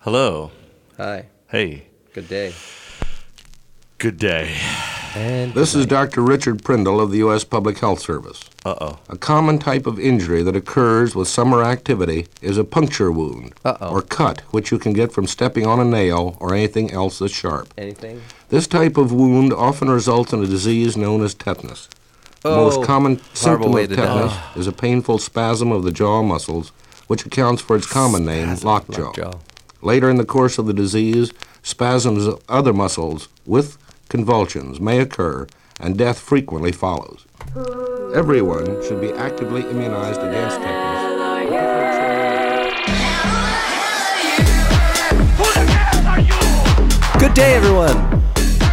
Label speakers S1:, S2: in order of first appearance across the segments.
S1: Hello.
S2: Hi.
S1: Hey.
S2: Good day.
S1: Good day.
S2: And
S3: This is Dr. Richard Prindle of the U.S. Public Health Service.
S1: Uh oh.
S3: A common type of injury that occurs with summer activity is a puncture wound
S2: Uh-oh.
S3: or cut, which you can get from stepping on a nail or anything else that's sharp.
S2: anything?
S3: This type of wound often results in a disease known as tetanus. The
S2: Oh,
S3: most common symptom
S2: way
S3: of
S2: to die.
S3: tetanus is a painful spasm of the jaw muscles, which accounts for its common name, lockjaw.
S2: Lockjaw.
S3: Later in the course of the disease, spasms of other muscles with convulsions may occur, and death frequently follows. Everyone should be actively immunized against tetanus.
S2: Good day, everyone.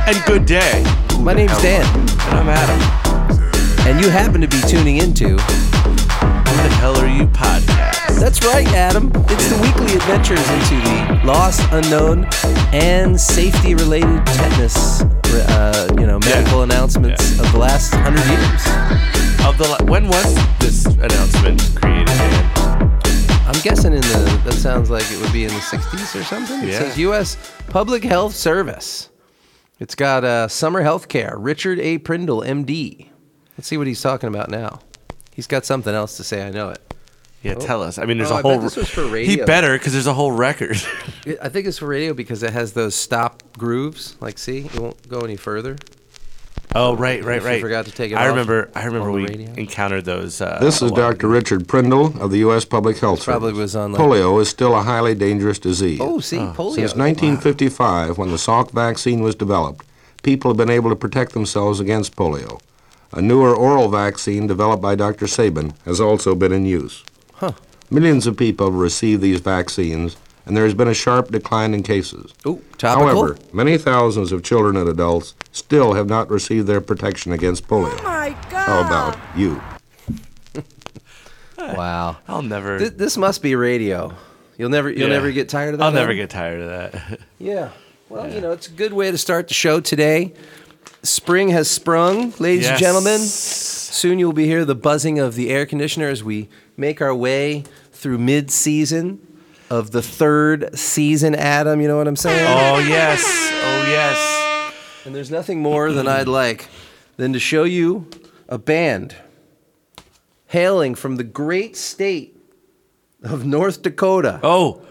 S1: And good day.
S2: My name's Dan,
S1: And I'm Adam.
S2: and you happen to be tuning into.
S1: What the hell are you podcast?
S2: That's right, Adam. It's the weekly adventures into the lost, unknown, and safety-related tetanus, uh, you know, medical announcements
S1: Yeah.
S2: of the last hundred years.
S1: Of the la- when was this announcement created? Dan?
S2: I'm guessing in the that sounds like it would be in the 60s or something. It
S1: Yeah.
S2: says U.S. Public Health Service. It's got uh, summer health care. Richard A. Prindle, M.D. Let's see what he's talking about now. He's got something else to say. I know it.
S1: Yeah, tell us. I mean, there's
S2: Oh,
S1: a
S2: I
S1: whole.
S2: bet this was for
S1: He
S2: radio.
S1: better because there's a whole record.
S2: It- I think it's for radio because it has those stop grooves. Like, see, it won't go any further.
S1: oh right, right,
S2: If you
S1: right.
S2: forgot to take it
S1: I
S2: off
S1: remember. I remember
S2: on the
S1: we
S2: radio.
S1: encountered those. Uh,
S3: This
S1: a
S3: is
S1: while
S3: Dr. Richard Prindle of the U.S. Public Health
S2: Probably
S3: Service.
S2: was on like-
S3: Polio is still a highly dangerous disease.
S2: Oh, see, polio.
S3: Since 1955, when the Salk vaccine was developed, people have been able to protect themselves against polio. A newer oral vaccine developed by Dr. Sabin has also been in use. Millions of people have received these vaccines, and there has been a sharp decline in cases.
S2: Ooh, topical.
S3: However, many thousands of children and adults still have not received their protection against polio.
S4: Oh, my God.
S3: How about you?
S2: wow.
S1: I'll never.
S2: Th- this must be radio. You'll never, you'll
S1: Yeah.
S2: never get tired of that.
S1: I'll never
S2: Adam?
S1: get tired of that.
S2: Yeah. Well, you know, it's a good way to start the show today. Spring has sprung, ladies
S1: Yes.
S2: and gentlemen. Soon you'll be hear the buzzing of the air conditioner as we make our way through mid-season of the third season, Adam, you know what I'm saying?
S1: Oh yes. Oh yes.
S2: And there's nothing more than I'd like than to show you a band hailing from the great state of North Dakota.
S1: Oh,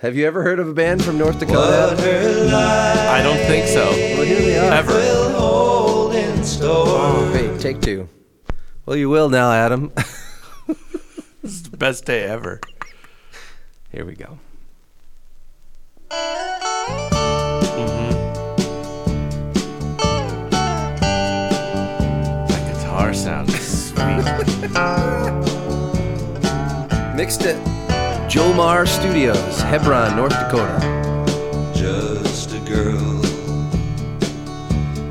S2: Have you ever heard of a band from North Dakota? Adam?
S1: I don't think so.
S2: Well, here they are.
S1: Ever.
S2: Wait, take two. Well, you will now, Adam.
S1: Best day ever.
S2: Here we go.
S1: That guitar sounds sweet.
S2: Mixed at Jomar Studios, Hebron, North Dakota.
S5: Just a girl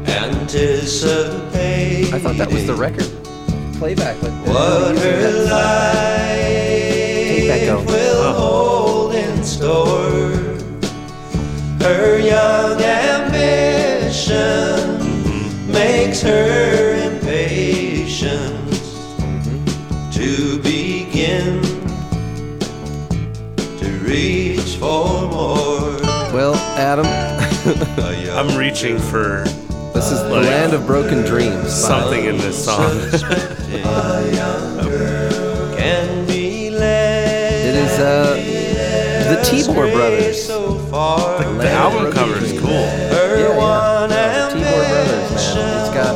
S5: anticipating
S2: I thought that was the record. Playback, but
S5: what her life
S2: Take that go.
S5: will hold in store. Her young ambition makes her impatient to begin to reach for more.
S2: Well, Adam,
S5: A young
S1: I'm reaching for
S2: this is the
S1: Like-
S2: land of broken dreams.
S1: something in this song.
S5: can be led
S2: It is uh, the Tibor Brothers.
S5: so far.
S1: The album cover is cool.
S2: Yeah, yeah.
S5: one
S2: Uh, Tibor Brothers, man. It's got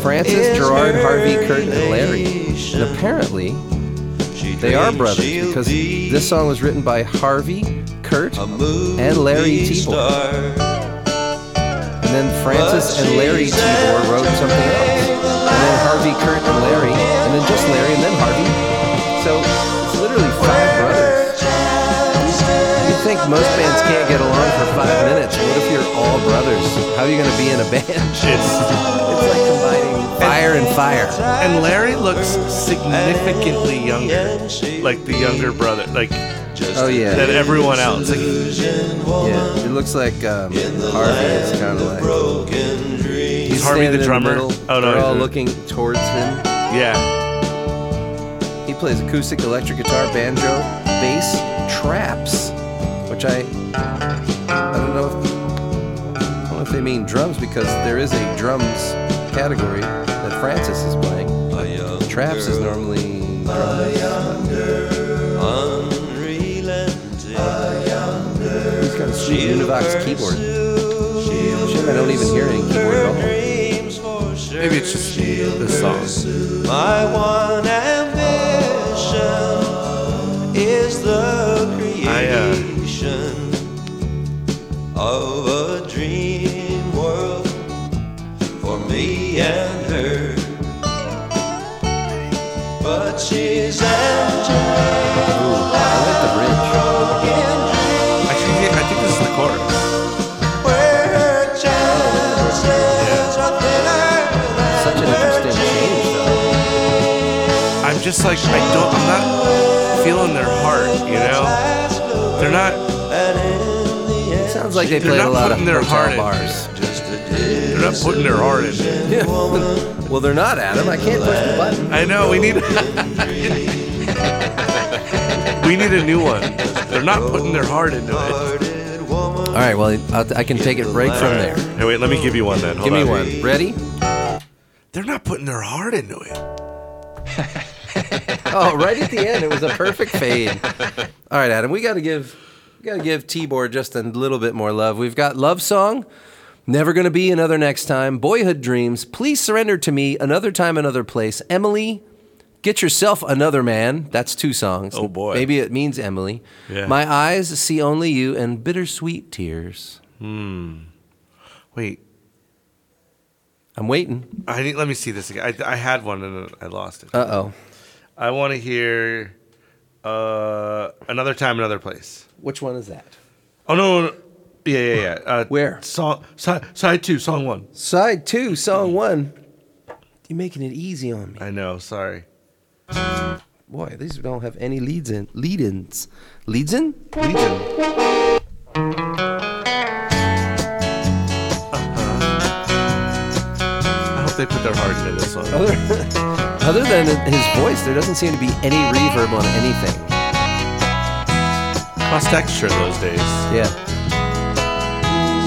S2: Francis, Gerard, Harvey, Kurt, and Larry. And apparently, they are brothers because this song was written by Harvey, Kurt, and Larry Tibor. And then Francis and Larry Tibor wrote something else. And then Harvey, Kurt, and Larry. And then just Larry, and then Harvey. So it's literally five brothers. You think most bands can't get along for five minutes. What if you're all brothers? How are you going to be in a band?
S1: It's,
S2: It's like combining fire and fire.
S1: and Larry looks significantly younger, like the younger brother, like
S2: Oh,
S1: than
S2: yeah.
S1: everyone else. Like,
S2: yeah. It looks like um, Harvey is kind of like. He's
S1: Harvey the
S2: standing in
S1: drummer?
S2: middle.
S1: Oh, no,
S2: They're
S1: he's
S2: all
S1: the-
S2: looking towards him.
S1: yeah,
S2: He plays acoustic, electric guitar, banjo, bass, traps, which I I don't know if I don't know if they mean drums because there is a drums category that Francis is playing.
S5: A young
S2: Traps is normally drums.
S5: unrelenting.
S2: He's got a sweet Univox keyboard. Shit, I don't even hear any keyboard at all.
S5: Dreams for sure.
S1: Maybe it's just this song.
S5: My one ambition is the
S1: I, uh,
S5: creation of a dream world for me and her. But she's angel
S2: I
S1: I think, I think this is the chorus.
S5: where her chances are thinner than
S2: like the bridge. Such an interesting change, though.
S1: I'm just like I don't. I'm not feeling their heart. You know,
S5: last look.
S1: they're not.
S2: It sounds like they
S1: They're
S2: played a
S1: not
S2: lot of
S1: putting their
S2: hotel
S1: heart in.
S2: bars.
S1: They're not putting their heart in. it.
S2: Yeah. well, they're not, Adam. I can't push the button.
S1: I know. We need. we need a new one. They're not putting their heart into it.
S2: All right, well, I'll, I can take it right from there.
S1: Hey, wait. Let me give you one then. Hold
S2: Give me
S1: on.
S2: one. Ready?
S1: They're not putting their heart into it.
S2: Oh, right at the end, it was a perfect fade. All right, Adam, we got to give we got to give T-Board just a little bit more love. We've got love song, never gonna be another next time, boyhood dreams, please surrender to me, another time, another place, Emily. Get yourself another man. That's two songs.
S1: Oh, boy.
S2: Maybe it means Emily.
S1: Yeah.
S2: My eyes see only you and bittersweet tears.
S1: Wait.
S2: I'm waiting.
S1: I need, let me see this again. I, I had one and I lost it.
S2: Uh oh.
S1: I want to hear uh, another time, another place.
S2: Which one is that?
S1: Oh no, no, no. yeah, yeah, yeah. Uh,
S2: Where?
S1: Song side, side two, song one.
S2: Side two, song one. You're making it easy on me.
S1: I know. Sorry.
S2: Boy, these don't have any leads in. Lead ins. Leads in?
S1: Legion. I hope they put their heart into this one.
S2: Other, other than his voice, there doesn't seem to be any reverb on anything.
S1: Cost extra those days.
S2: Yeah.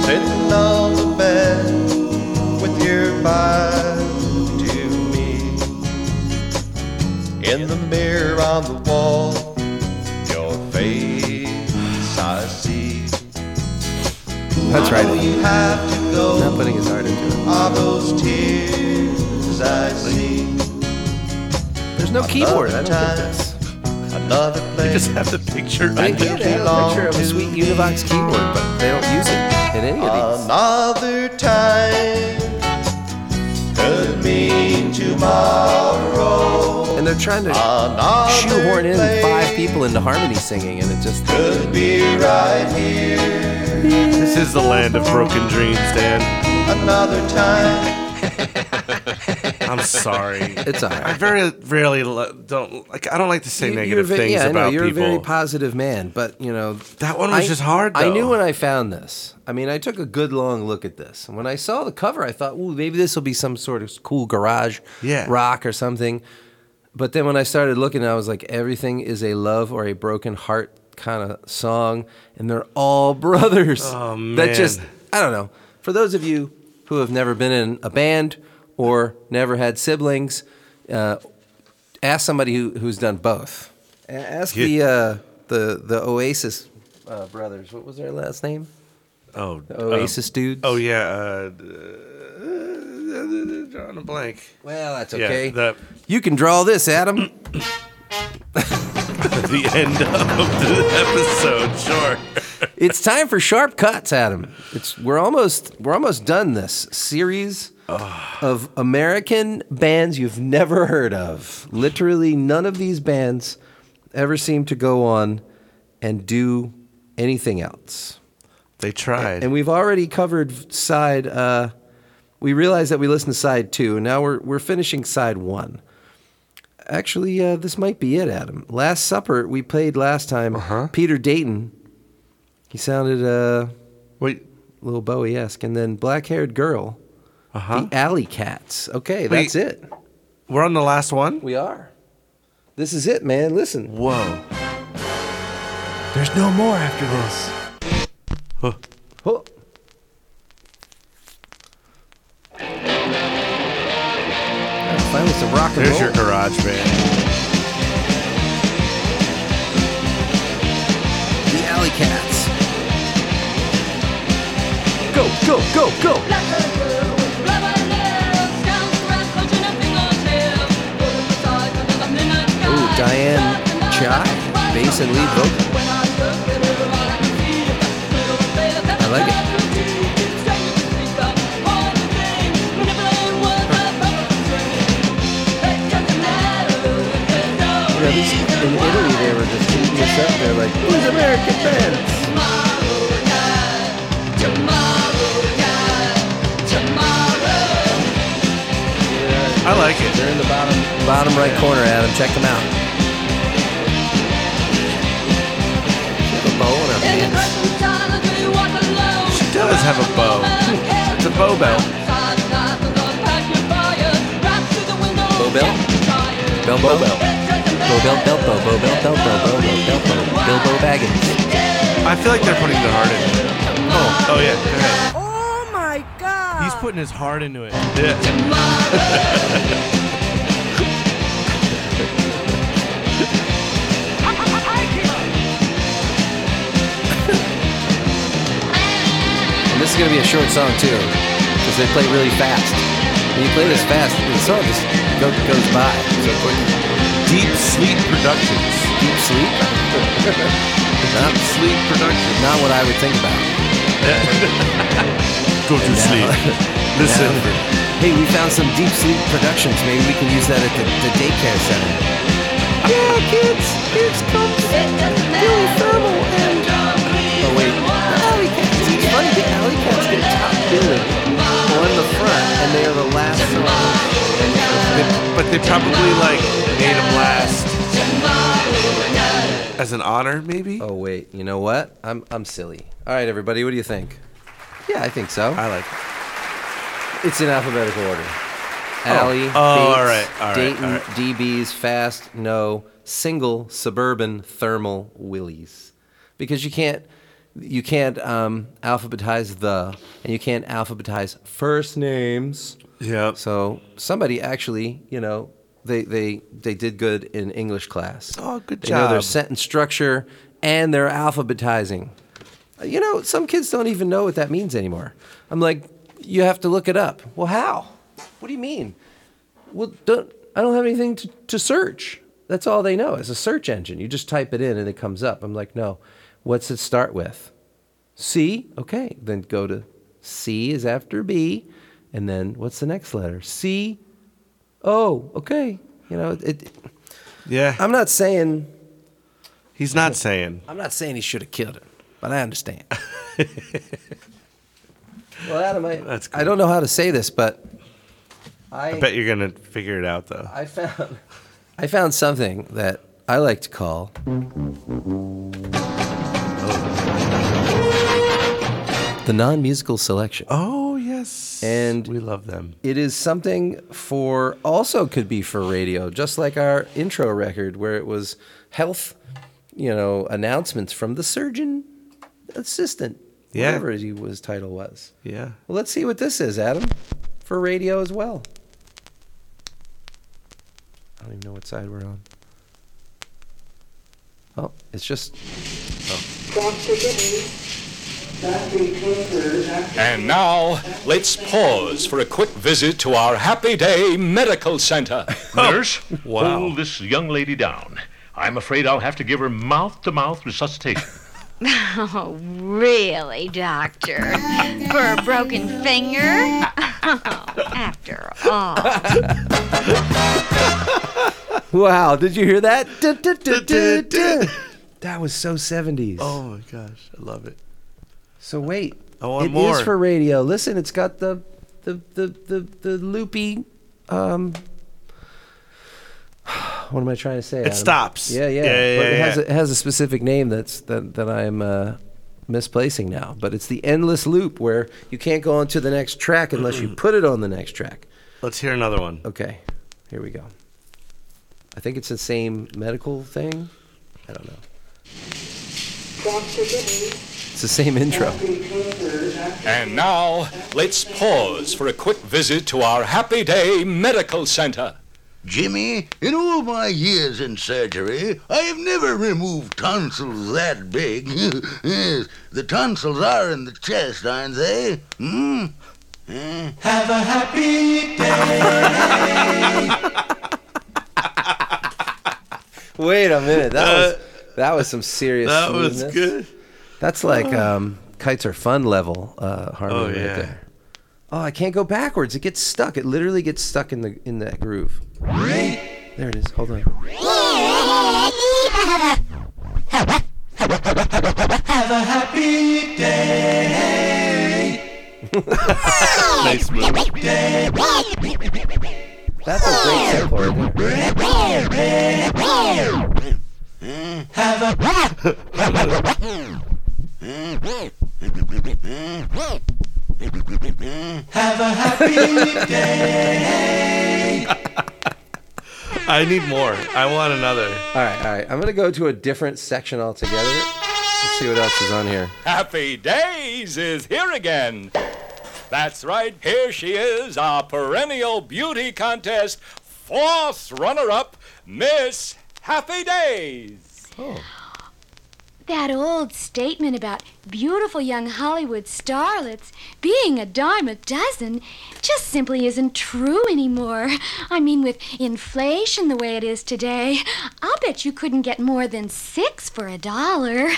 S5: Sitting on the bed with your back to me. In the mirror on the wall, your face I see.
S2: That's
S5: Know
S2: right.
S5: you have to
S2: Not
S5: go.
S2: putting his heart into it.
S5: Are those tears I see?
S2: There's no keyboard. I don't
S5: Another
S1: They
S2: think that's.
S5: Another place
S1: just have the picture.
S2: They did have a picture of a sweet Univox keyboard, but they don't use it in any of
S5: Uh,
S2: these.
S5: Another time could mean tomorrow.
S2: And they're trying to
S5: Uh, Another
S2: shoehorn in
S5: place
S2: five people into harmony singing, and it just.
S5: could be right here.
S1: This is the land of broken dreams, Dan.
S5: Another time
S1: I'm sorry.
S2: It's all
S1: I
S2: right.
S1: very rarely lo- don't like. I don't like to say
S2: You-
S1: negative
S2: you're ve-
S1: things
S2: yeah, I know,
S1: about
S2: you're
S1: people.
S2: a very positive man, but you know
S1: That one was
S2: I-
S1: just hard,
S2: I
S1: though.
S2: knew when I found this. I mean, I took a good long look at this, and when I saw the cover, I thought, "Ooh, maybe this will be some sort of cool garage
S1: Yeah.
S2: rock or something." But then when I started looking, I was like, "Everything is a love or a broken heart kind of song, and they're all brothers."
S1: Oh,
S2: That just
S1: man.
S2: I don't know. For those of you who have never been in a band or never had siblings, uh, ask somebody who, who's done both. A- Ask the
S1: Yeah.
S2: uh, the the Oasis uh, brothers. What was their last name?
S1: oh,
S2: The
S1: um,
S2: Oasis dudes.
S1: Oh yeah, uh, d- uh, drawing a blank.
S2: Well, that's
S1: Yeah,
S2: okay.
S1: the-
S2: You can draw this, Adam.
S1: The end of the episode. Sure.
S2: it's time for sharp cuts, Adam. It's we're almost we're almost done this series
S1: Ah.
S2: of American bands you've never heard of. Literally, none of these bands ever seem to go on and do anything else.
S1: They tried.
S2: And we've already covered side. Uh, we realized that we listened to side two, and now we're we're finishing side one. Actually, uh, this might be it, Adam. Last Supper we played last time. Peter Dayton. He sounded uh,
S1: Wait.
S2: a little Bowie esque, and then Black Haired Girl,
S1: Uh huh.
S2: the Alley Cats. Okay, that's it.
S1: We're on the last one.
S2: We are. This is it, man. Listen.
S1: Whoa. There's no more after this. Huh.
S2: Oh. Finally, some rock and
S1: There's
S2: roll.
S1: your garage band.
S2: The Alley Cats. Go, go, go, go!
S4: Ooh, Diane Chai, bass and lead vocal. I like it.
S2: You know, these, in Italy, they were just eating this up. They're like, who's American bands?
S1: I like it.
S2: They're in the bottom bottom right corner, Adam. Check them out. She has a bow in her hand.
S4: She does have a bow.
S1: It's a bow belt.
S4: Bow bell?
S2: Bell, bow, bow.
S4: Bow bell, bell, bow, bow bell, bell, bow, bow, bow, bell, bow,
S2: Bilbo Baggins.
S1: I feel like they're putting their heart into it.
S4: Oh,
S1: Oh yeah. go ahead.
S6: Oh my god!
S1: He's putting his heart into it. Yeah.
S2: And this is going to be a short song, too, because they play really fast. When you play this fast, the song just go, goes by so quick.
S1: Deep Sleep Productions.
S2: Deep sleep? not,
S1: Sleep Productions.
S2: not what I would think about.
S1: Go to sleep. Listen.
S2: Hey, we found some deep sleep productions. Maybe we can use that at the, the daycare center. Yeah, kids, here's comes Billy Thermal and. Oh wait, the Alley Cats. It's funny, the Alley Cats get top billing on the front, and they are the last song.
S1: They- but they probably like made him last as an honor, maybe.
S2: Oh wait, you know what? I'm I'm silly. All right, everybody, what do you think? Yeah, I think so.
S1: I like. It.
S2: It's in alphabetical order. Alley,
S1: Oh, all
S2: Bates,
S1: right, all right,
S2: Dayton,
S1: all right.
S2: DB's, Fast, No, Single, Suburban, Thermal, Willie's. Because you can't, you can't um, alphabetize the, and you can't alphabetize first names.
S1: Yep.
S2: So somebody actually, you know, they they they did good in English class.
S1: Oh, good
S2: they Know their
S1: job.
S2: sentence structure and their alphabetizing. Uh, You know, some kids don't even know what that means anymore. I'm like, you have to look it up. Well, how? What do you mean? Well, don't I don't have anything to, to search. That's all they know. It's a search engine. You just type it in and it comes up. I'm like, no. What's it start with? C. Okay, then go to C is after B, and then what's the next letter? C. O. Okay, you know it.
S1: Yeah.
S2: I'm not saying
S1: He's not saying.
S2: I'm not saying he should have killed him, but I understand. well, Adam, I,
S1: That's
S2: I don't know how to say this, but I
S1: I bet you're gonna figure it out though.
S2: I found I found something that I like to call the non-musical selection.
S1: Oh yes.
S2: And-
S1: we love them.
S2: It is something for also could be for radio, just like our intro record where it was health, you know, announcements from the surgeon assistant,
S1: Yeah.
S2: whatever he was title was.
S1: Yeah.
S2: Well, let's see what this is, Adam, for radio as well. I don't even know what side we're on. Oh, it's just
S7: And now, let's pause for a quick visit to our Happy Day Medical Center.
S8: Nurse, hold this young lady down. I'm afraid I'll have to give her mouth to mouth resuscitation.
S9: Oh, really, Doctor? For a broken finger? After all.
S2: wow! Did you hear that? Du- du- du- du- du. That was so seventies.
S1: Oh my gosh, I love it.
S2: So wait,
S1: I want
S2: it is
S1: more.
S2: for radio. Listen, it's got the the the the, the loopy. Um, what am I trying to say? It
S1: stops.
S2: Yeah,
S1: Yeah,
S2: yeah.
S1: yeah,
S2: but it
S1: yeah,
S2: has
S1: yeah.
S2: a, it has a specific name that's that that I'm uh, misplacing now. But it's the endless loop where you can't go on to the next track unless you put it on the next track.
S1: Let's hear another one.
S2: Okay, here we go. I think it's the same medical thing. I don't know. It's the same intro.
S7: And now, let's pause for a quick visit to our Happy Day Medical Center.
S10: Jimmy, in all my years in surgery, I have never removed tonsils that big. yes, the tonsils are in the chest, aren't they? Hmm? Have a happy day.
S2: Wait a minute. That was that was some serious.
S1: that was
S2: smoothness.
S1: good.
S2: That's like um, kites are fun level uh, harmony
S1: Oh,
S2: right
S1: yeah.
S2: there. Oh, I can't go backwards. It gets stuck. It literally gets stuck in the in that groove. There it is. Hold on.
S4: Have a happy day.
S1: Nice move.
S2: That's a great tempo right there.
S4: Have a have a happy day.
S1: I need more. I want another.
S2: All right, all right. I'm gonna go to a different section altogether. Let's see what else is on here.
S7: Happy Days is here again. That's right, here she is, our perennial beauty contest fourth runner up, Miss Happy Days.
S11: That old statement about beautiful young Hollywood starlets being a dime a dozen just simply isn't true anymore. I mean, with inflation the way it is today, I'll bet you couldn't get more than six for a dollar.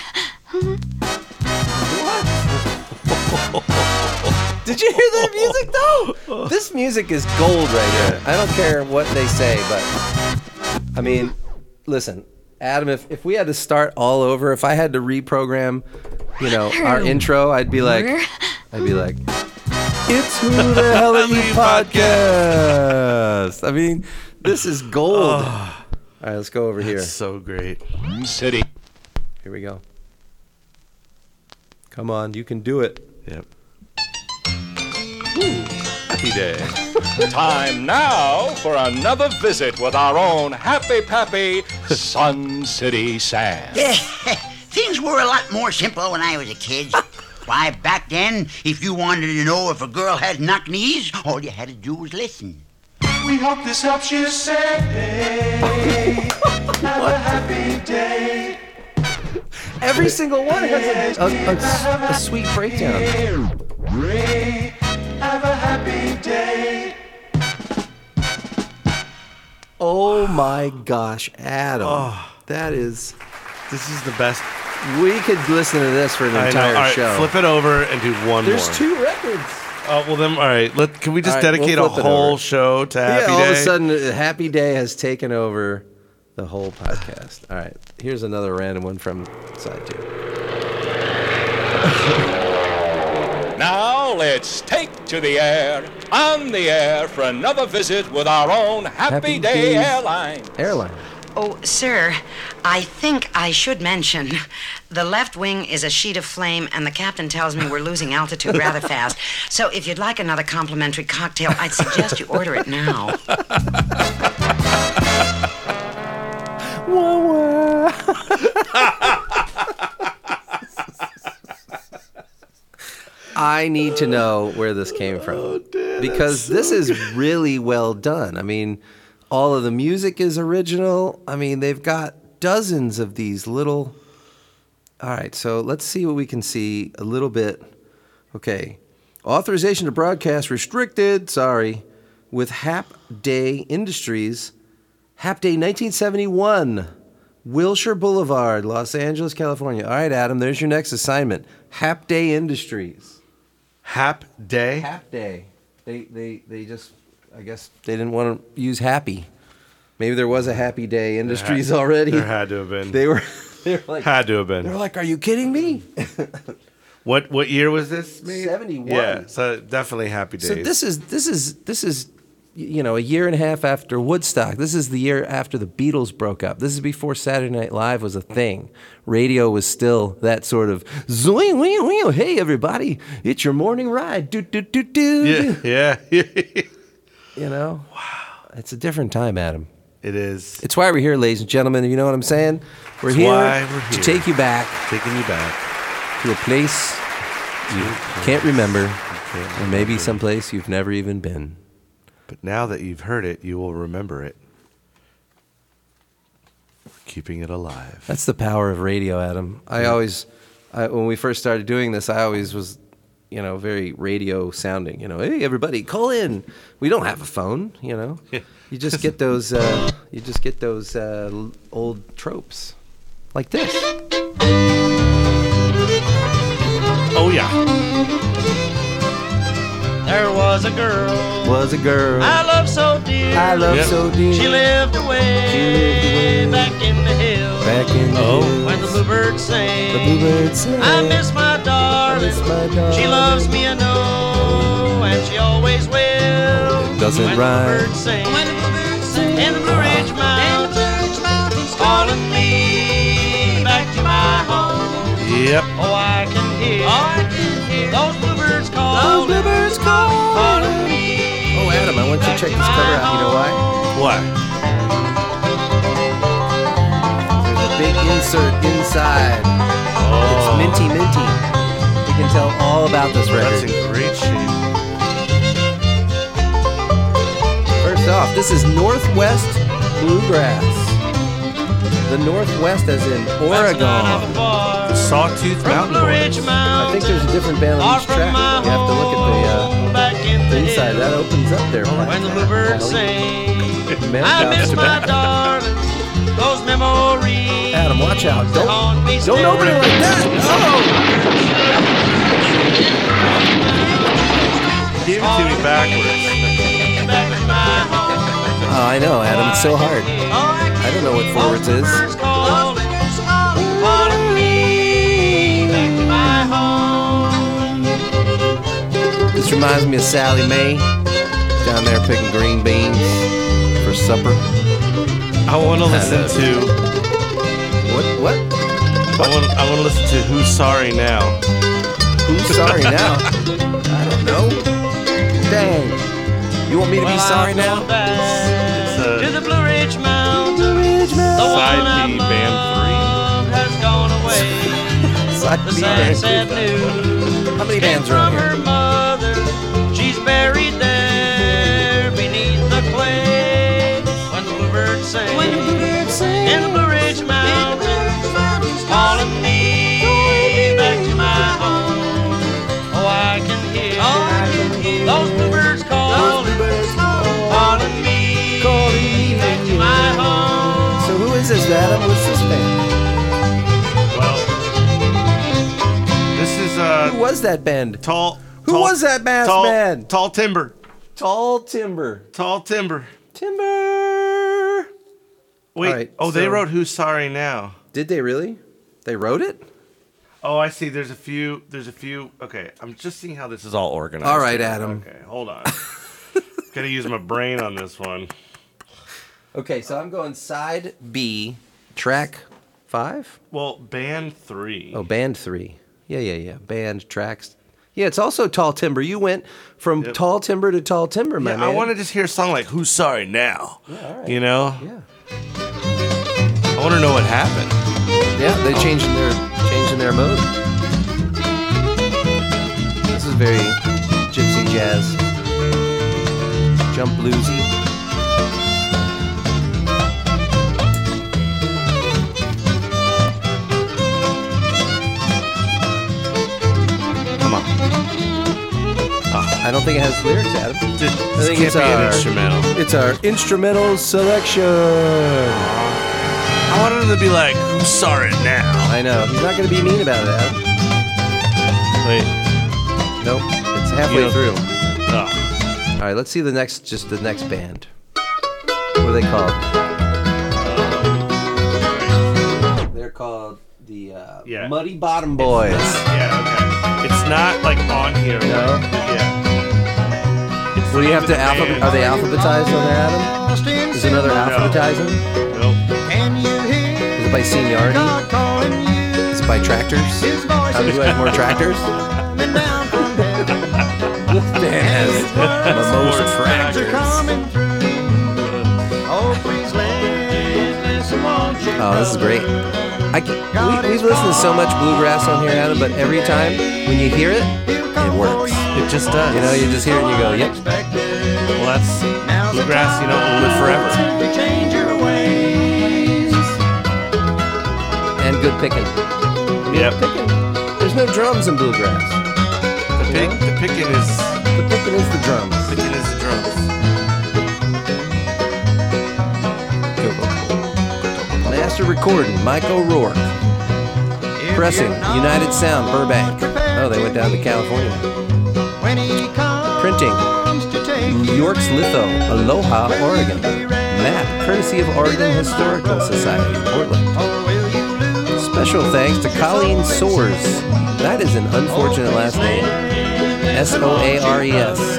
S2: Did you hear that music though? This music is gold right here. I don't care what they say, but I mean, listen, Adam, if, if we had to start all over, if I had to reprogram, you know, our intro, I'd be like I'd be like It's who the hell are you podcast. I mean, this is gold. All right, let's go over here.
S1: So great.
S7: City.
S2: Here we go. Come on, you can do it.
S1: Yep.
S7: Happy Day. Time now for another visit with our own happy pappy, Sun City Sam.
S12: Things were a lot more simple when I was a kid. Why, back then, if you wanted to know if a girl had knock knees, all you had to do was listen.
S4: We hope this helps you say Have a happy day.
S2: Every single one has a, a, a s- a sweet breakdown.
S4: Have a happy day.
S2: Oh my gosh, Adam.
S1: Oh.
S2: that is.
S1: This is the best.
S2: We could listen to this for an
S1: I know.
S2: entire
S1: All right,
S2: show.
S1: flip it over and do one
S2: There's
S1: more.
S2: two records.
S1: Oh well, then all right. Let can we just
S2: All right, we'll
S1: dedicate a
S2: flip it
S1: whole
S2: over.
S1: show to Happy
S2: yeah, all
S1: Day?
S2: of a sudden, uh, Happy Day has taken over the whole podcast. All right, here's another random one from side two.
S7: Now let's take to the air, on the air, for another visit with our own Happy,
S2: Happy
S7: Day
S2: Days.
S7: Airline.
S2: Airline.
S13: Oh, sir, I think I should mention the left wing is a sheet of flame, and the captain tells me we're losing altitude rather fast. So if you'd like another complimentary cocktail, I'd suggest you order it now.
S2: I need to know where this came from because this is really well done. I mean, all of the music is original. I mean, they've got dozens of these little. All right, so let's see what we can see a little bit. Okay. Authorization to broadcast restricted, sorry, with Hap Day Industries. Hap Day 1971, Wilshire Boulevard, Los Angeles, California. All right, Adam, there's your next assignment. Hap Day Industries.
S1: Hap Day?
S2: Hap Day. They, they, they just, I guess, they didn't want to use happy. Maybe there was a Happy Day Industries
S1: had-
S2: already.
S1: there had to have been.
S2: They were, they were like,
S1: Had to have
S2: they were
S1: been.
S2: like, are you kidding me?
S1: What what year was this? made?
S2: 71.
S1: Yeah, so definitely Happy Days.
S2: So this is this is this is you know a year and a half after Woodstock. This is the year after the Beatles broke up. This is before Saturday Night Live was a thing. Radio was still that sort of zoing, wee, wee, hey everybody, it's your morning ride. Do do do do.
S1: yeah yeah. it
S2: You know. Wow. It's a different time, Adam.
S1: is
S2: It's why we're here, ladies and gentlemen. You know what I'm saying? We're,
S1: It's
S2: here,
S1: why we're
S2: to
S1: here.
S2: take you back
S1: taking you back.
S2: to a place you can't remember, or maybe someplace you've never even been.
S1: But now that you've heard it, you will remember it. We're keeping it alive.
S2: That's the power of radio, Adam. I always, I, when we first started doing this, I always was, you know, very radio sounding. You know, hey everybody, call in. We don't have a phone. You know, you just get those, uh, you just get those uh, l- old tropes, like this.
S1: Oh yeah.
S14: There was a girl
S2: Was a girl.
S14: I love so dear.
S2: I love Yep. so dear.
S14: She lived away, back in the hills
S2: Back in the hills,
S14: where the bluebird sang.
S2: the bluebird sang.
S14: I miss my darling. She loves me, I know, and she always will.
S2: It doesn't
S14: when
S2: rhyme.
S14: The bluebird sings, when the bluebird sings in the Blue Ridge Mountains, calling me back to my home.
S1: Yep.
S14: Oh, I can hear. Those bluebirds calling. Calling me.
S2: Oh, Adam, I want you to check this cover out. You know why?
S1: What?
S2: There's a big insert inside. It's
S14: Oh.
S2: minty, minty. You can tell all about this record. That's
S1: in great shape.
S2: First off, this is Northwest Bluegrass. The Northwest, as in Oregon.
S1: Sawtooth
S2: Mountain Boys. I think there's a different band on each track. You have to look at the, uh, inside. That opens up there.
S14: When the bluebirds sing, I miss my darling. Those memories.
S2: Adam, watch out. Don't,
S14: haunt me
S2: don't
S14: still.
S2: open it like that.
S1: Give it to me backwards.
S2: No! Oh, I know, Adam. It's so hard.
S14: Oh,
S2: I don't know what forwards is.
S14: Calling me back to my home.
S2: This reminds me of Sally Mae down there picking green beans for supper.
S1: I want to listen to.
S2: What? What?
S1: I want. I want to listen to Who's Sorry Now.
S2: Who's sorry now? I don't know. Dang. You want me to be sorry now?
S1: It's
S14: To
S1: a
S14: the Blue Ridge Mountains. The one I
S1: side B band
S14: love has gone away.
S2: Side
S14: The
S2: B
S14: sad,
S2: band.
S14: sad news.
S2: How many
S14: Came
S2: bands are
S14: from
S2: on here?
S14: her mother. She's buried there beneath the clay. When the bluebird sings, when the bluebird sings in the Blue Ridge Mountains, calling me back to my home. Oh, I can hear, those bluebirds calling, calling me back to my home.
S2: So who is this, Adam? What's this band?
S1: three. This is uh.
S2: Who was that band?
S1: Tall.
S2: Who
S1: tall-
S2: was that mass
S1: tall,
S2: band?
S1: Tall Timber.
S2: Tall Timber.
S1: Tall Timber.
S2: Timber.
S1: Wait.
S2: All right,
S1: oh, they
S2: so-
S1: wrote Who's Sorry Now.
S2: Did they really? They wrote it?
S1: Oh, I see. There's a few. There's a few. Okay, I'm just seeing how this is all organized.
S2: All right, Adam.
S1: Okay, hold on. Gotta use my brain on this one.
S2: Okay, so I'm going side B, track five.
S1: Well, band three.
S2: Oh, band three. Yeah, yeah, yeah. Band tracks. Yeah, it's also Tall Timber. You went from Tall Timber to Tall Timber, my
S1: yeah,
S2: man.
S1: I want to just hear a song like "Who's Sorry Now."
S2: Yeah, all right.
S1: You know.
S2: Yeah.
S1: I want to know what happened.
S2: Yeah, they changed their changing their mode. This is very gypsy jazz, jump bluesy.
S1: Come on.
S2: Ah, I don't think it has lyrics, Adam.
S1: This, this
S2: think
S1: can't
S2: it's uh,
S1: be
S2: our-
S1: an instrumental.
S2: It's our instrumental selection.
S1: I wanted to be like "Who's Sorry Now."
S2: I know he's not gonna be mean about it. Adam.
S1: Wait.
S2: Nope, it's halfway
S1: You know-
S2: through.
S1: Oh.
S2: All right, let's see the next, just the next band. What are they called? They're called the uh,
S1: Yeah.
S2: Muddy Bottom Boys.
S1: Yeah. Okay. It's not like on here.
S2: No?
S1: Yeah. It's
S2: Well,
S1: the
S2: you
S1: name
S2: have
S1: of
S2: to
S1: the
S2: alpha-
S1: band.
S2: Are they alphabetized on there, Adam? Is another alphabetizing?
S1: Nope.
S2: Is it by seniority? Is it by tractors? How do you have more tractors? this band has the most tractors.
S14: Oh, please let listen, won't you?
S2: Oh, this is great. I can, we, we've listened to so much bluegrass on here, Adam, but every time when you hear it, it works. It just does. You know, you just hear it and you go, yep.
S1: Well, that's bluegrass, you know, will live forever.
S2: And good picking.
S1: Yep.
S2: There's no drums in bluegrass.
S1: The, pick, the picking is.
S2: The picking is the drums.
S1: Picking is the drums.
S2: Master recording, Mike O'Rourke. Pressing, United Sound, Burbank. Oh, they went down to California. Printing, York's Litho, Aloha, Oregon. Map, courtesy of Oregon Historical Society, Portland. Special thanks to Colleen Soares. That is an unfortunate last name. S O A R E S.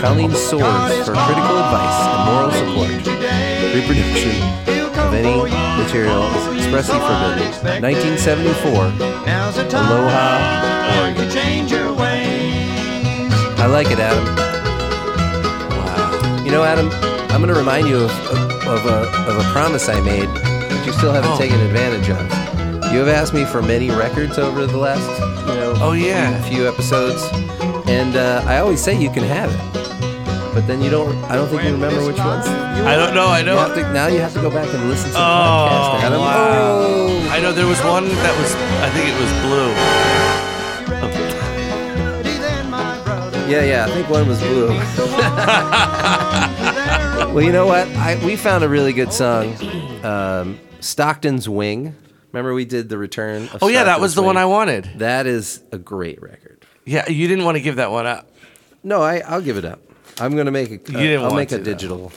S2: Colleen Soares for critical advice and moral support. Reproduction of any material is expressly forbidden. 1974.
S14: Now's the time
S2: Aloha, Oregon.
S14: to change your ways.
S2: I like it, Adam. Wow. You know, Adam, I'm going to remind you of, of, of, a, of a promise I made that you still haven't
S1: Oh.
S2: taken advantage of. You have asked me for many records over the last, you know, oh yeah, few episodes, and uh, I always say you can have it, but then you don't. I don't think you remember which ones.
S1: I don't know, I know.
S2: You have to- now you have to go back and listen to the
S1: Oh,
S2: podcast, Adam.
S1: wow. I know there was one that was, I think it was blue.
S2: Yeah, yeah, I think one was blue. well, you know what? I, we found a really good song, um, Stockton's Wing. Remember we did the return? Of
S1: Oh, yeah, that
S2: Stockton's
S1: was the
S2: Wing?
S1: one I wanted.
S2: That is a great record.
S1: Yeah, you didn't want to give that one up.
S2: No, I, I'll give it up. I'm gonna make a. uh,
S1: You didn't
S2: I'll
S1: want
S2: make
S1: to,
S2: a
S1: though.
S2: digital.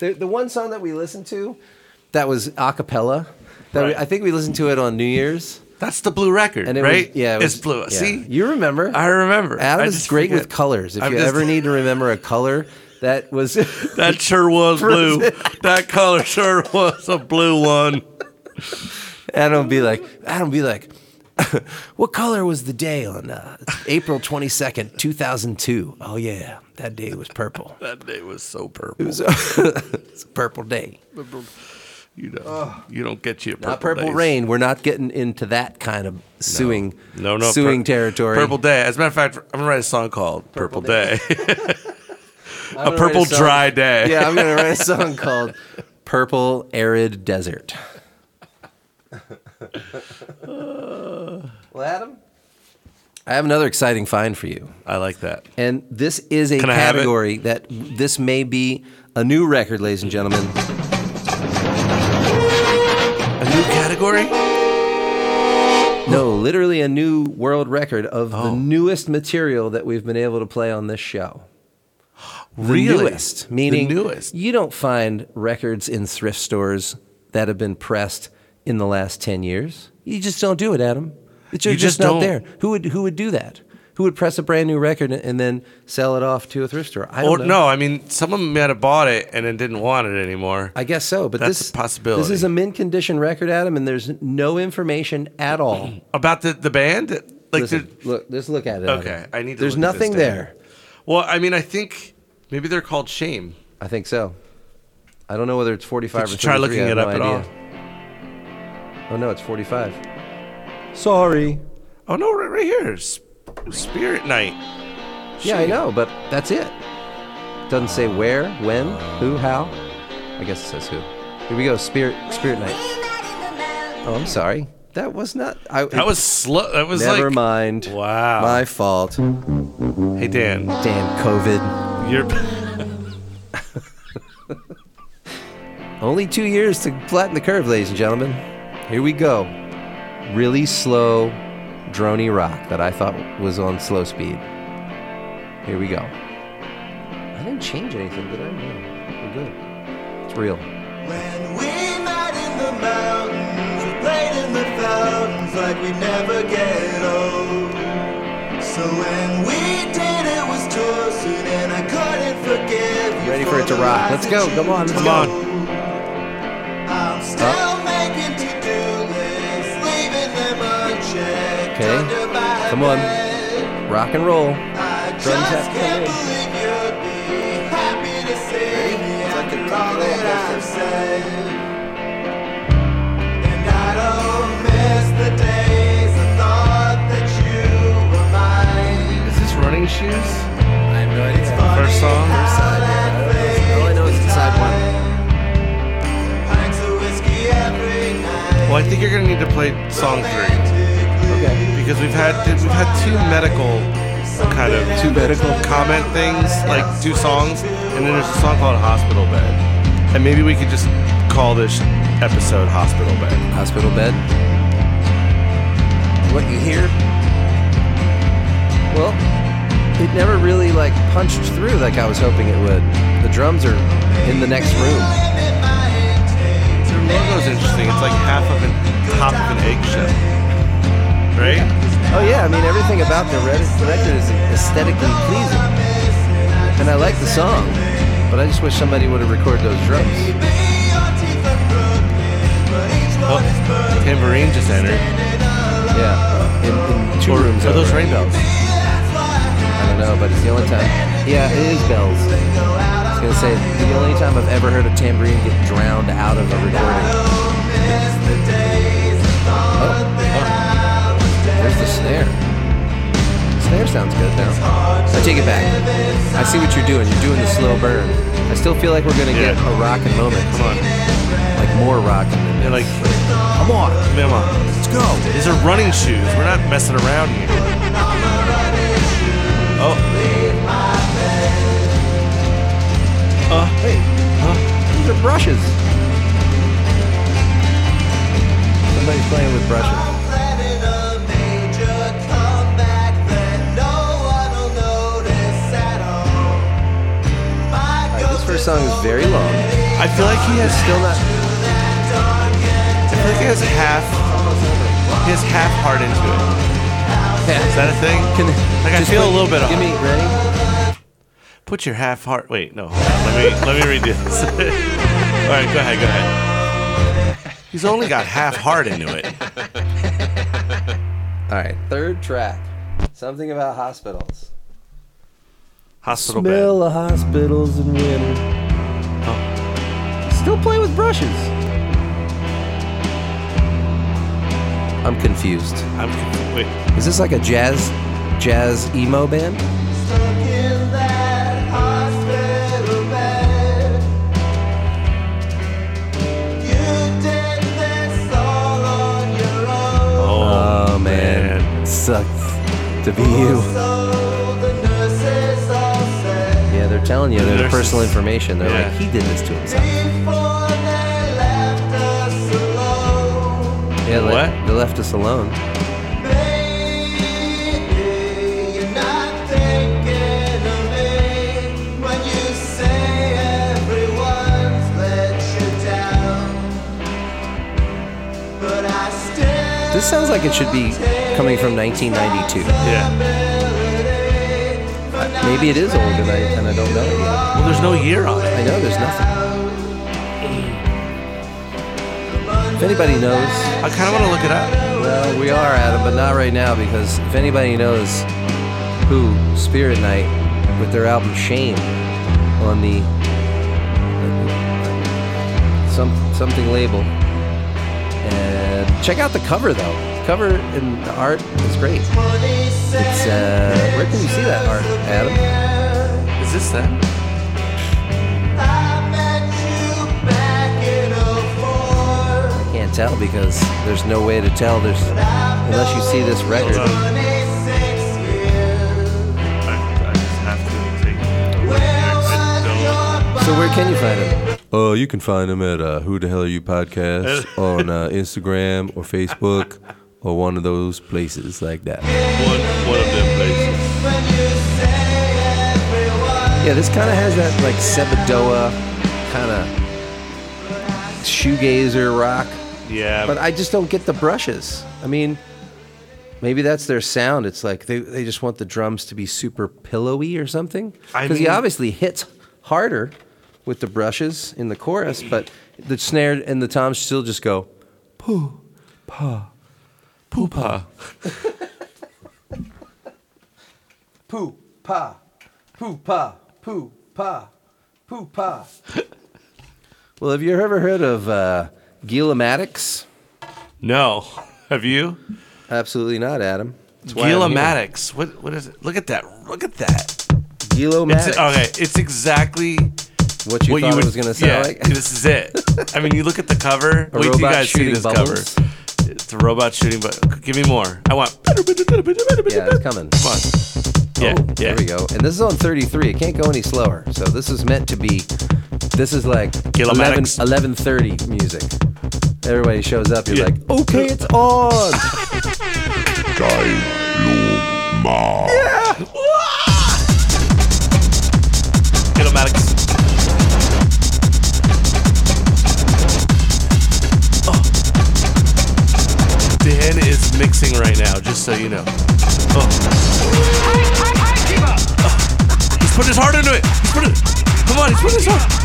S2: The, the one song that we listened to, that was a cappella. That we, I think we listened to it on New Year's.
S1: That's the blue record,
S2: And it was-
S1: right?
S2: yeah, it
S1: it's
S2: was-
S1: blue.
S2: yeah.
S1: See,
S2: you remember?
S1: I remember.
S2: Adam
S1: I
S2: is
S1: just
S2: great with
S1: forget.
S2: colors. If
S1: I'm
S2: you
S1: just-
S2: ever need to remember a color, that was
S1: That sure was blue. that color sure was a blue one.
S2: Adam be like, Adam be like, what color was the day on uh, April 22nd, 2002? Oh, yeah, that day was purple.
S1: That day was so purple.
S2: It was it's a purple day.
S1: You know, you don't get you a purple
S2: Not purple
S1: days.
S2: rain. We're not getting into that kind of suing,
S1: No, no,
S2: suing
S1: pur-
S2: territory.
S1: Purple day. As a matter of fact, I'm gonna write a song called "Purple, Day."
S2: I'm
S1: a
S2: gonna
S1: purple
S2: write song-
S1: dry day.
S2: Yeah, I'm gonna write a song called "Purple Arid Desert." well, Adam, I have another exciting find for you.
S1: I like that.
S2: And this is a
S1: Can I have it?
S2: category that this may be a new record, ladies and gentlemen.
S1: A new category?
S2: No, literally a new world record of
S1: Oh.
S2: the newest material that we've been able to play on this show. The
S1: Really?
S2: newest,
S1: The
S2: meaning
S1: newest.
S2: You don't find records in thrift stores that have been pressed in the last ten years. You just don't do it, Adam. It's
S1: You
S2: just,
S1: just
S2: not
S1: don't.
S2: there. Who would who would do that? Who would press a brand new record and then sell it off to a thrift store? I don't
S1: Or
S2: know.
S1: no, I mean, someone might have bought it and then didn't want it anymore.
S2: I guess so, but
S1: That's
S2: this
S1: a possibility.
S2: This is a mint condition record, Adam, and there's no information at all.
S1: about the the band. Like,
S2: Listen,
S1: the-
S2: look, just look at it. Adam.
S1: okay, I need. To
S2: There's
S1: look at this
S2: nothing
S1: thing.
S2: there.
S1: Well, I mean, I think maybe they're called Shame.
S2: I think so. I don't know whether it's 45
S1: Did
S2: or
S1: you try
S2: 33,
S1: looking
S2: I have
S1: it up
S2: no
S1: at all?
S2: idea. Oh no, it's 45. Sorry.
S1: Oh no, right, right here, S- Spirit Night.
S2: Yeah, I
S1: Shame.
S2: know, but that's it. Doesn't say where, when, who, how. I guess it says who. Here we go. Spirit, Spirit Night. Oh, I'm sorry. That was not. I,
S1: That was slow. That was
S2: Never
S1: like.
S2: mind.
S1: Wow.
S2: My fault.
S1: Hey Dan,
S2: Damn COVID.
S1: you're.
S2: Only two years to flatten the curve, ladies and gentlemen. Here we go. Really slow drony rock that I thought was on slow speed. Here we go. I didn't change anything, did I? No. We're good. It's real.
S4: We met in the mountains, we played in the fountains like we never get old. So when we did, it was too soon, and I couldn't forgive you.
S2: Ready for it to rock. Let's go. Come on. Let's
S1: Come
S2: go.
S1: on.
S4: I'm still making to do lists, leaving them unchecked.
S2: Okay.
S4: Under my
S2: Come on.
S4: bed.
S2: Rock and roll.
S4: I just
S2: Drums have to
S4: can't
S2: come in.
S4: believe you'd be happy to see me after all that I've said.
S2: Running Shoes? I have no idea. First song? First side, yeah. All I know is it's side one.
S4: Pints of whiskey every night.
S1: Well, I think you're gonna need to play song three.
S2: Okay.
S1: Because we've had we've had two medical kind of two medical comment things, like two songs, and then there's a song called Hospital Bed, and maybe we could just call this episode Hospital Bed.
S2: Hospital Bed. What you hear? Well, it never really like punched through like I was hoping it would. The drums are in the next room.
S1: Their logo's interesting. It's like half of an top of an eggshell, right?
S2: Oh yeah, I mean everything about the red the record is aesthetically pleasing, and I like the song, but I just wish somebody would have recorded those drums.
S1: Oh, tambourine just entered.
S2: Yeah, in, in two rooms.
S1: Are those
S2: over.
S1: rain bells?
S2: I don't know, but it's the only time. Yeah, it is bells. I was gonna say the only time I've ever heard a tambourine get drowned out of a recording. Oh, There's the snare. Snare sounds good now. I take it back. I see what you're doing. You're doing the slow burn. I still feel like we're gonna get a rockin' moment. Come on. Like more rockin'.
S1: Yeah, like come on, come on, let's go. These are running shoes. We're not messing around here. Oh.
S2: Uh, hey, huh? These are brushes. Somebody's playing with brushes. Alright, this first song is very long.
S1: I feel like he has
S2: still not.
S1: I feel like he has half. He has half heart into it. Is that a thing? like I
S2: just
S1: feel a
S2: wait.
S1: little bit of.
S2: Give me-
S1: ready. Put your half heart. Wait, no. Hold on. Let me let me redo this. All right, go ahead, go ahead. He's only got half heart into it.
S2: All right, third track. Something about hospitals.
S1: Hospital bed.
S2: Smell of hospitals in winter. Still playing with brushes. I'm confused.
S1: I'm confused. Wait.
S2: Is this like a jazz, jazz emo band? Oh, man. sucks to be you. Yeah, they're telling you their
S1: Nurses.
S2: personal information. They're
S1: Yeah.
S2: like, he did this to himself. Yeah, they-
S1: What?
S2: They left us alone. This sounds like it should be coming from 1992.
S1: Yeah.
S2: Maybe it is old and I, and I don't know it yet.
S1: Well, there's no year on it.
S2: I know there's nothing. If anybody knows,
S1: I kind of want to look it up.
S2: Well, we are Adam, but not right now because if anybody knows who Spirit Night with their album Shame on the some something label, and check out the cover though. Cover and the art is great. It's uh, where can you see that art, Adam?
S1: Is this that?
S2: I can't tell because there's no way to tell. There's unless you see this record. So where can you find him?
S15: Uh, you can find him at uh, Who the Hell Are You Podcast on uh, Instagram or Facebook or one of those places like that.
S1: One one of them places.
S2: Yeah, this kind of has that like Sebadoa kind of shoegazer rock.
S1: Yeah.
S2: But I just don't get the brushes. I mean, maybe that's their sound. It's like they, they just want the drums to be super pillowy or something.
S1: I
S2: Because he
S1: mean-
S2: obviously hits harder with the brushes in the chorus, but the snare and the toms still just go poo, pa, poo pa.
S4: Poo pa, poo pa, poo pa, poo pa.
S2: Well, have you ever heard of uh, Gila Maddox?
S1: No. Have you?
S2: Absolutely not, Adam. why I'm
S1: Gila
S2: here.
S1: Maddox. What what is it? Look at that. Look at that.
S2: Gila
S1: It's,
S2: Maddox.
S1: okay, it's exactly
S2: What you thought it was gonna sound
S1: yeah,
S2: like?
S1: This is it. I mean, you look at the cover.
S2: A
S1: Wait till you
S2: robot
S1: guys see
S2: shooting
S1: this
S2: bubbles?
S1: cover. It's a robot shooting, but give me more. I want.
S2: Yeah, it's coming.
S1: Come on. Yeah,
S2: Oh, There we go. And this is on 33. It can't go any slower. So this is meant to be. This is like 11,
S1: Gilomatics.
S2: 11:30 music. Everybody shows up. You're
S1: Yeah.
S2: like, okay, it's on.
S1: Yeah. Gila Maddox. Oh. Dan is mixing right now, just so you know. Oh. Oh. He's putting his heart into it. He's putting Come on, he's putting his heart.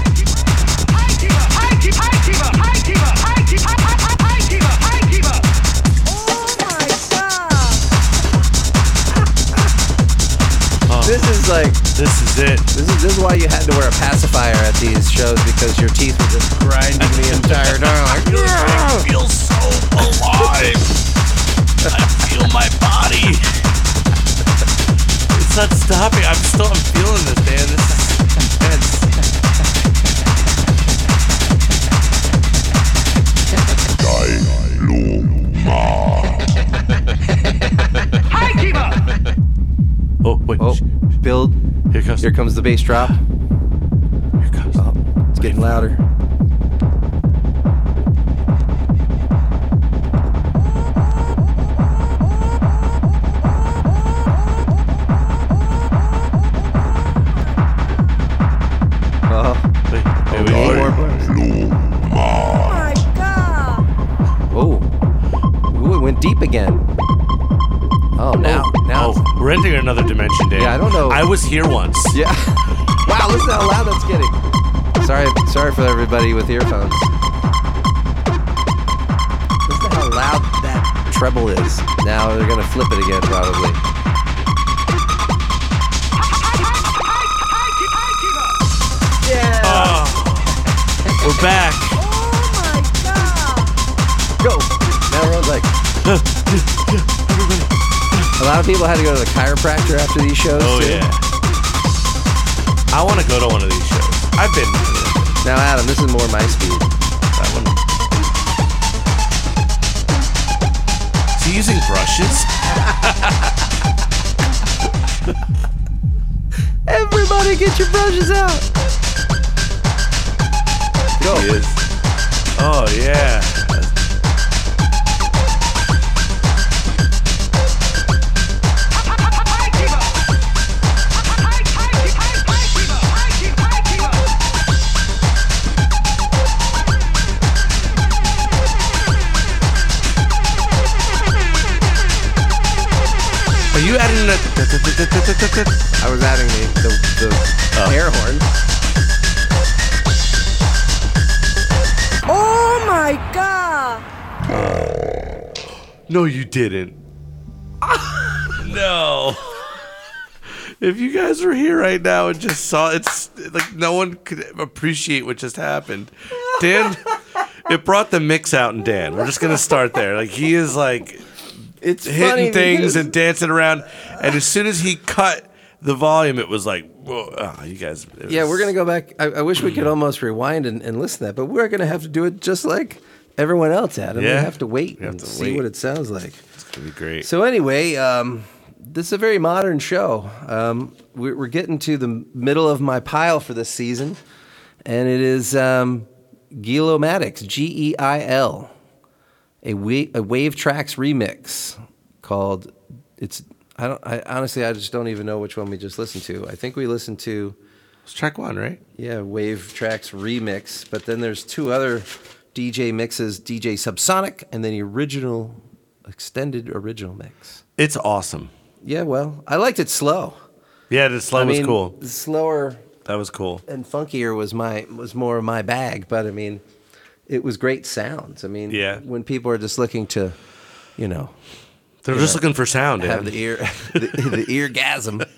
S2: This is like.
S1: This is it.
S2: This is this is why you had to wear a pacifier at these shows because your teeth were just grinding the entire time. Like,
S1: I feel so alive. I feel my body. It's not stopping. I'm still. I'm feeling this, man. This is intense. Oh wait.
S2: Oh, build. Here comes. Here comes the bass drop. Here comes. Oh, it's getting louder. Oh,
S1: Wait, wait, wait.
S2: Any more bars? Oh, Ooh, it went deep again. Oh, now, now.
S1: Oh, we're entering another dimension, Dan.
S2: Yeah, I don't know.
S1: I was here once.
S2: Yeah. wow, listen how loud that's getting. Sorry, sorry for everybody with earphones. Listen to how loud that treble is. Now they're gonna flip it again, probably. Oh.
S1: We're back.
S2: Go. Now everyone's like. A lot of people had to go to the chiropractor after these shows.
S1: Oh
S2: too.
S1: yeah. I want to go to one of these shows. I've been. to them.
S2: Now, Adam, this is more my speed.
S1: That one. Is he using brushes?
S2: Everybody, get your brushes out. Go.
S1: He is. Oh yeah. Are you adding the?
S2: I was adding the the, the air horn.
S6: Oh my god!
S1: No, you didn't. no. If you guys were here right now and just saw it's like no one could appreciate what just happened. Dan it brought the mix out in Dan. We're just gonna start there. Like he is like
S2: it's
S1: hitting
S2: funny
S1: things
S2: because-
S1: and dancing around. And as soon as he cut the volume, it was like, whoa, ah, you guys. it
S2: Yeah,
S1: was-
S2: we're gonna go back. I, I wish we could almost rewind and, and listen to that, but we're gonna have to do it just like everyone else, Adam.
S1: Yeah.
S2: We have to wait
S1: We have
S2: and
S1: to
S2: see
S1: wait.
S2: what it sounds like.
S1: It's gonna be great.
S2: So anyway, um, this is a very modern show. Um, we're, we're getting to the middle of my pile for this season, and it is um, Geelomatics, G-E-I-L, E a, wa- a Wave Tracks remix called. It's I don't I honestly I just don't even know which one we just listened to. I think we listened to.
S1: It's track one, right?
S2: Yeah, Wave Tracks remix. But then there's two other DJ mixes DJ Subsonic and then the original, extended original mix.
S1: It's awesome.
S2: Yeah, well, I liked it slow.
S1: Yeah, the slow
S2: I
S1: was
S2: mean,
S1: cool.
S2: the Slower
S1: That was cool.
S2: and funkier was my was more of my bag, but I mean, it was great sounds. I mean,
S1: Yeah.
S2: when people are just looking to, you know,
S1: They're
S2: you
S1: just
S2: know,
S1: looking for sound.
S2: have
S1: Dan.
S2: the ear, the, the eargasm.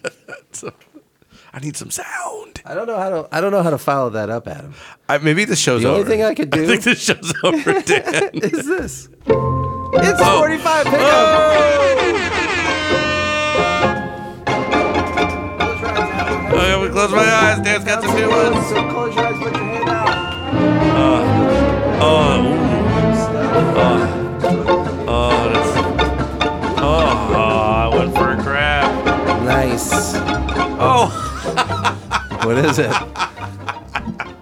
S1: I need some sound.
S2: I don't know how to I don't know how to follow that up, Adam.
S1: I, maybe the show's
S2: The
S1: over.
S2: only thing I could do
S1: I think the show's over, Dan. Oh.
S2: is this. It's 45 pickup.
S1: I'm gonna close my eyes. Dan's got some new ones.
S4: So close your eyes, put your hand out.
S1: Uh, oh, ooh. Uh, oh, that's. Oh, oh, I went for a crap.
S2: Nice.
S1: Oh.
S2: What is it?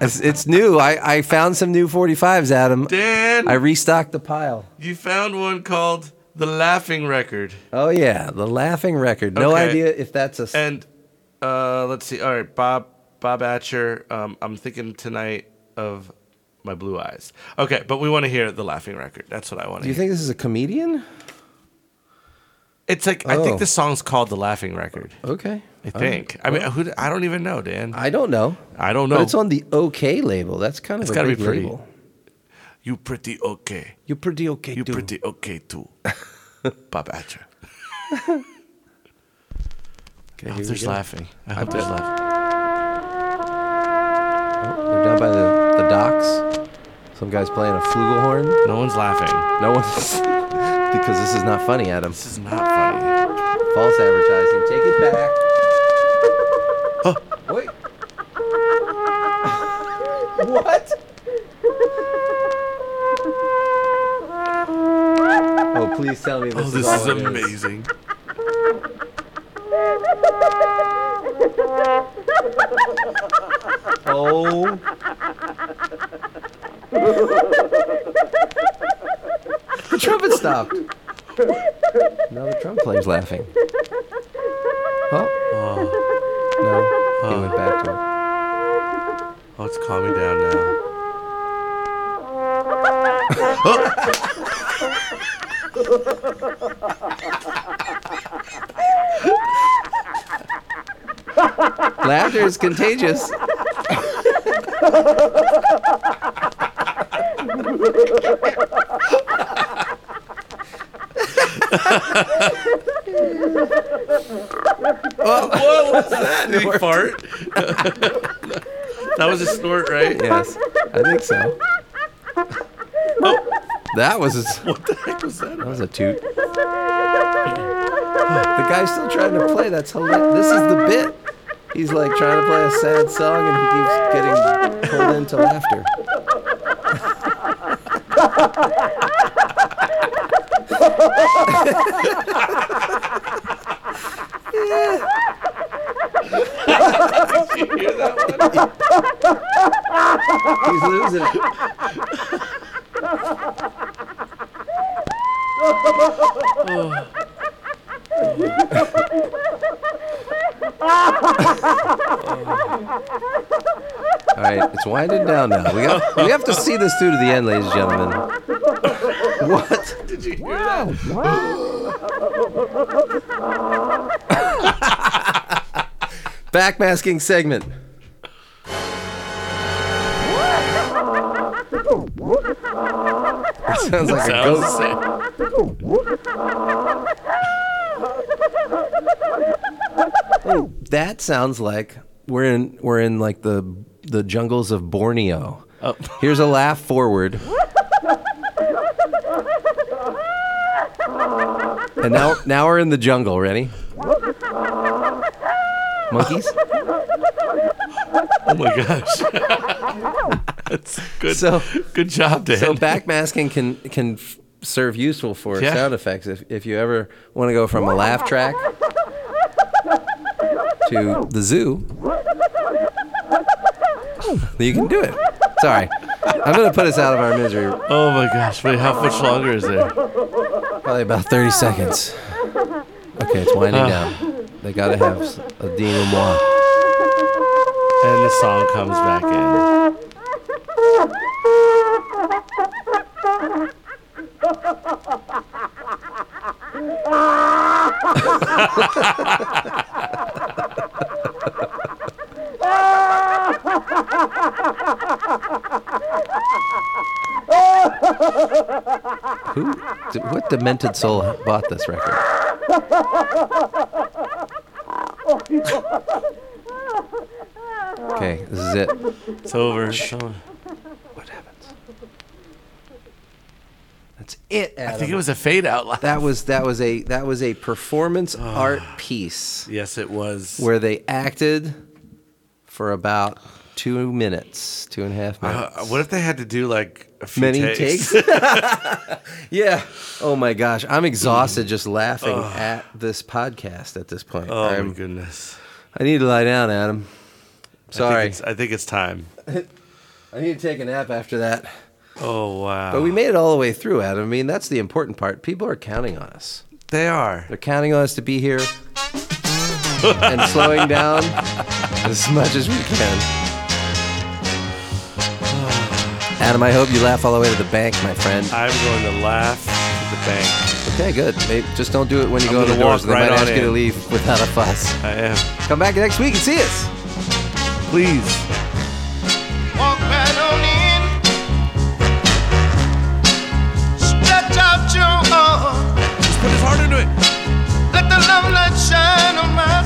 S2: It's, it's new. I, I found some new 45s, Adam.
S1: Dan.
S2: I restocked the pile.
S1: You found one called the Laughing Record.
S2: Oh, yeah. The Laughing Record. No
S1: Okay.
S2: idea if that's a.
S1: And uh, let's see. All right, Bob Bob Atcher. Um, I'm thinking tonight of my blue eyes. Okay, but we want to hear the laughing record. That's what I want
S2: Do
S1: to
S2: you
S1: hear.
S2: think this is a comedian?
S1: It's like I
S2: Oh.
S1: think this song's called the laughing record.
S2: Okay.
S1: I
S2: All
S1: think.
S2: right.
S1: I mean,
S2: Well,
S1: who, d- I don't even know, Dan.
S2: I don't know.
S1: I don't
S2: But
S1: know.
S2: it's on the OK label. That's kind of
S1: It's
S2: a
S1: gotta
S2: big
S1: be pretty.
S2: label.
S1: You pretty okay.
S2: You pretty okay
S1: You pretty okay too. Bob Atcher. I hope
S2: here we
S1: there's
S2: go.
S1: laughing. I
S2: I
S1: hope
S2: bet.
S1: there's laughing.
S2: They're down by the, the docks. Some guy's playing a flugelhorn.
S1: No one's laughing.
S2: No one's. because this is not funny, Adam. This
S1: is not funny.
S2: False advertising. Take it back. Wait. what? Oh, please tell me this,
S1: Oh, this
S2: all
S1: is
S2: it
S1: amazing.
S2: Oh. The trumpet stopped. Now the trumpet player's laughing.
S1: Oh.
S2: No, he
S1: Oh.
S2: went back to it.
S1: Oh, it's calming down now.
S2: Laughter is contagious.
S1: Oh, what was that? Did he fart? that was a snort, right?
S2: Yes, I think so. That was a,
S1: What the heck was that?
S2: that was a toot. The guy's still trying to play. That's hilarious. This is the bit. He's like trying to play a sad song, and he keeps getting pulled into laughter. He's losing it. All right, it's winding down now. We, got, we have to see this through to the end, ladies and gentlemen. What?
S1: Did you hear that?
S2: Backmasking segment. That sounds like a
S4: Sounds
S2: goat.
S4: sick.
S2: That sounds like we're in we're in like the the jungles of Borneo. Here's a laugh forward. and now now we're in the jungle, ready? Monkeys?
S1: Oh my gosh. That's good.
S2: So-
S1: good job, Dan.
S2: So backmasking can can f- serve useful for
S1: Yeah.
S2: sound effects if, if you ever want to go from a laugh track to the zoo. You can do it. Sorry. I'm going to put us out of our misery.
S1: Oh my gosh. Wait, how much longer is there?
S2: Probably about 30 seconds. Okay, it's winding
S1: Ah.
S2: down. They got to have s- a denouement.
S1: And the song comes back in.
S2: Who? d- What demented soul bought this record? Okay, this is it.
S1: It's over.
S2: That's it.
S1: I think it was a fade out. laugh.
S2: That was that was
S7: Ah.
S2: a that was a performance art piece
S1: Yes, it was.
S2: where they acted for about two minutes, two and a half minutes.
S7: Uh, what if they had to do like a few
S2: Many
S7: takes?
S2: yeah. Oh my gosh, I'm exhausted just laughing
S7: Ugh.
S2: at this podcast at this point.
S7: Oh, my
S2: I'm, goodness. I need to lie down, Adam. Sorry.
S7: I think it's, I think it's time.
S2: I need to take a nap after that.
S7: Oh wow!
S2: But we made it all the way through, Adam. I mean, that's the important part. People are counting on us.
S7: They are.
S2: They're counting on us to be here and slowing down as much as we can. Adam, I hope you laugh all the way to the bank, my friend.
S7: I'm going to laugh at the bank.
S2: Okay, good. Maybe just don't do it when you
S7: I'm
S2: go to
S7: gonna
S2: the doors.
S7: walk
S2: They
S7: right
S2: might
S7: on
S2: ask you to
S7: in.
S2: leave without a fuss.
S7: I am.
S2: Come back next week and see us.
S7: Please.
S5: Walk right on in. Stretch out your arm. Just put his heart into it. Let the love light shine on my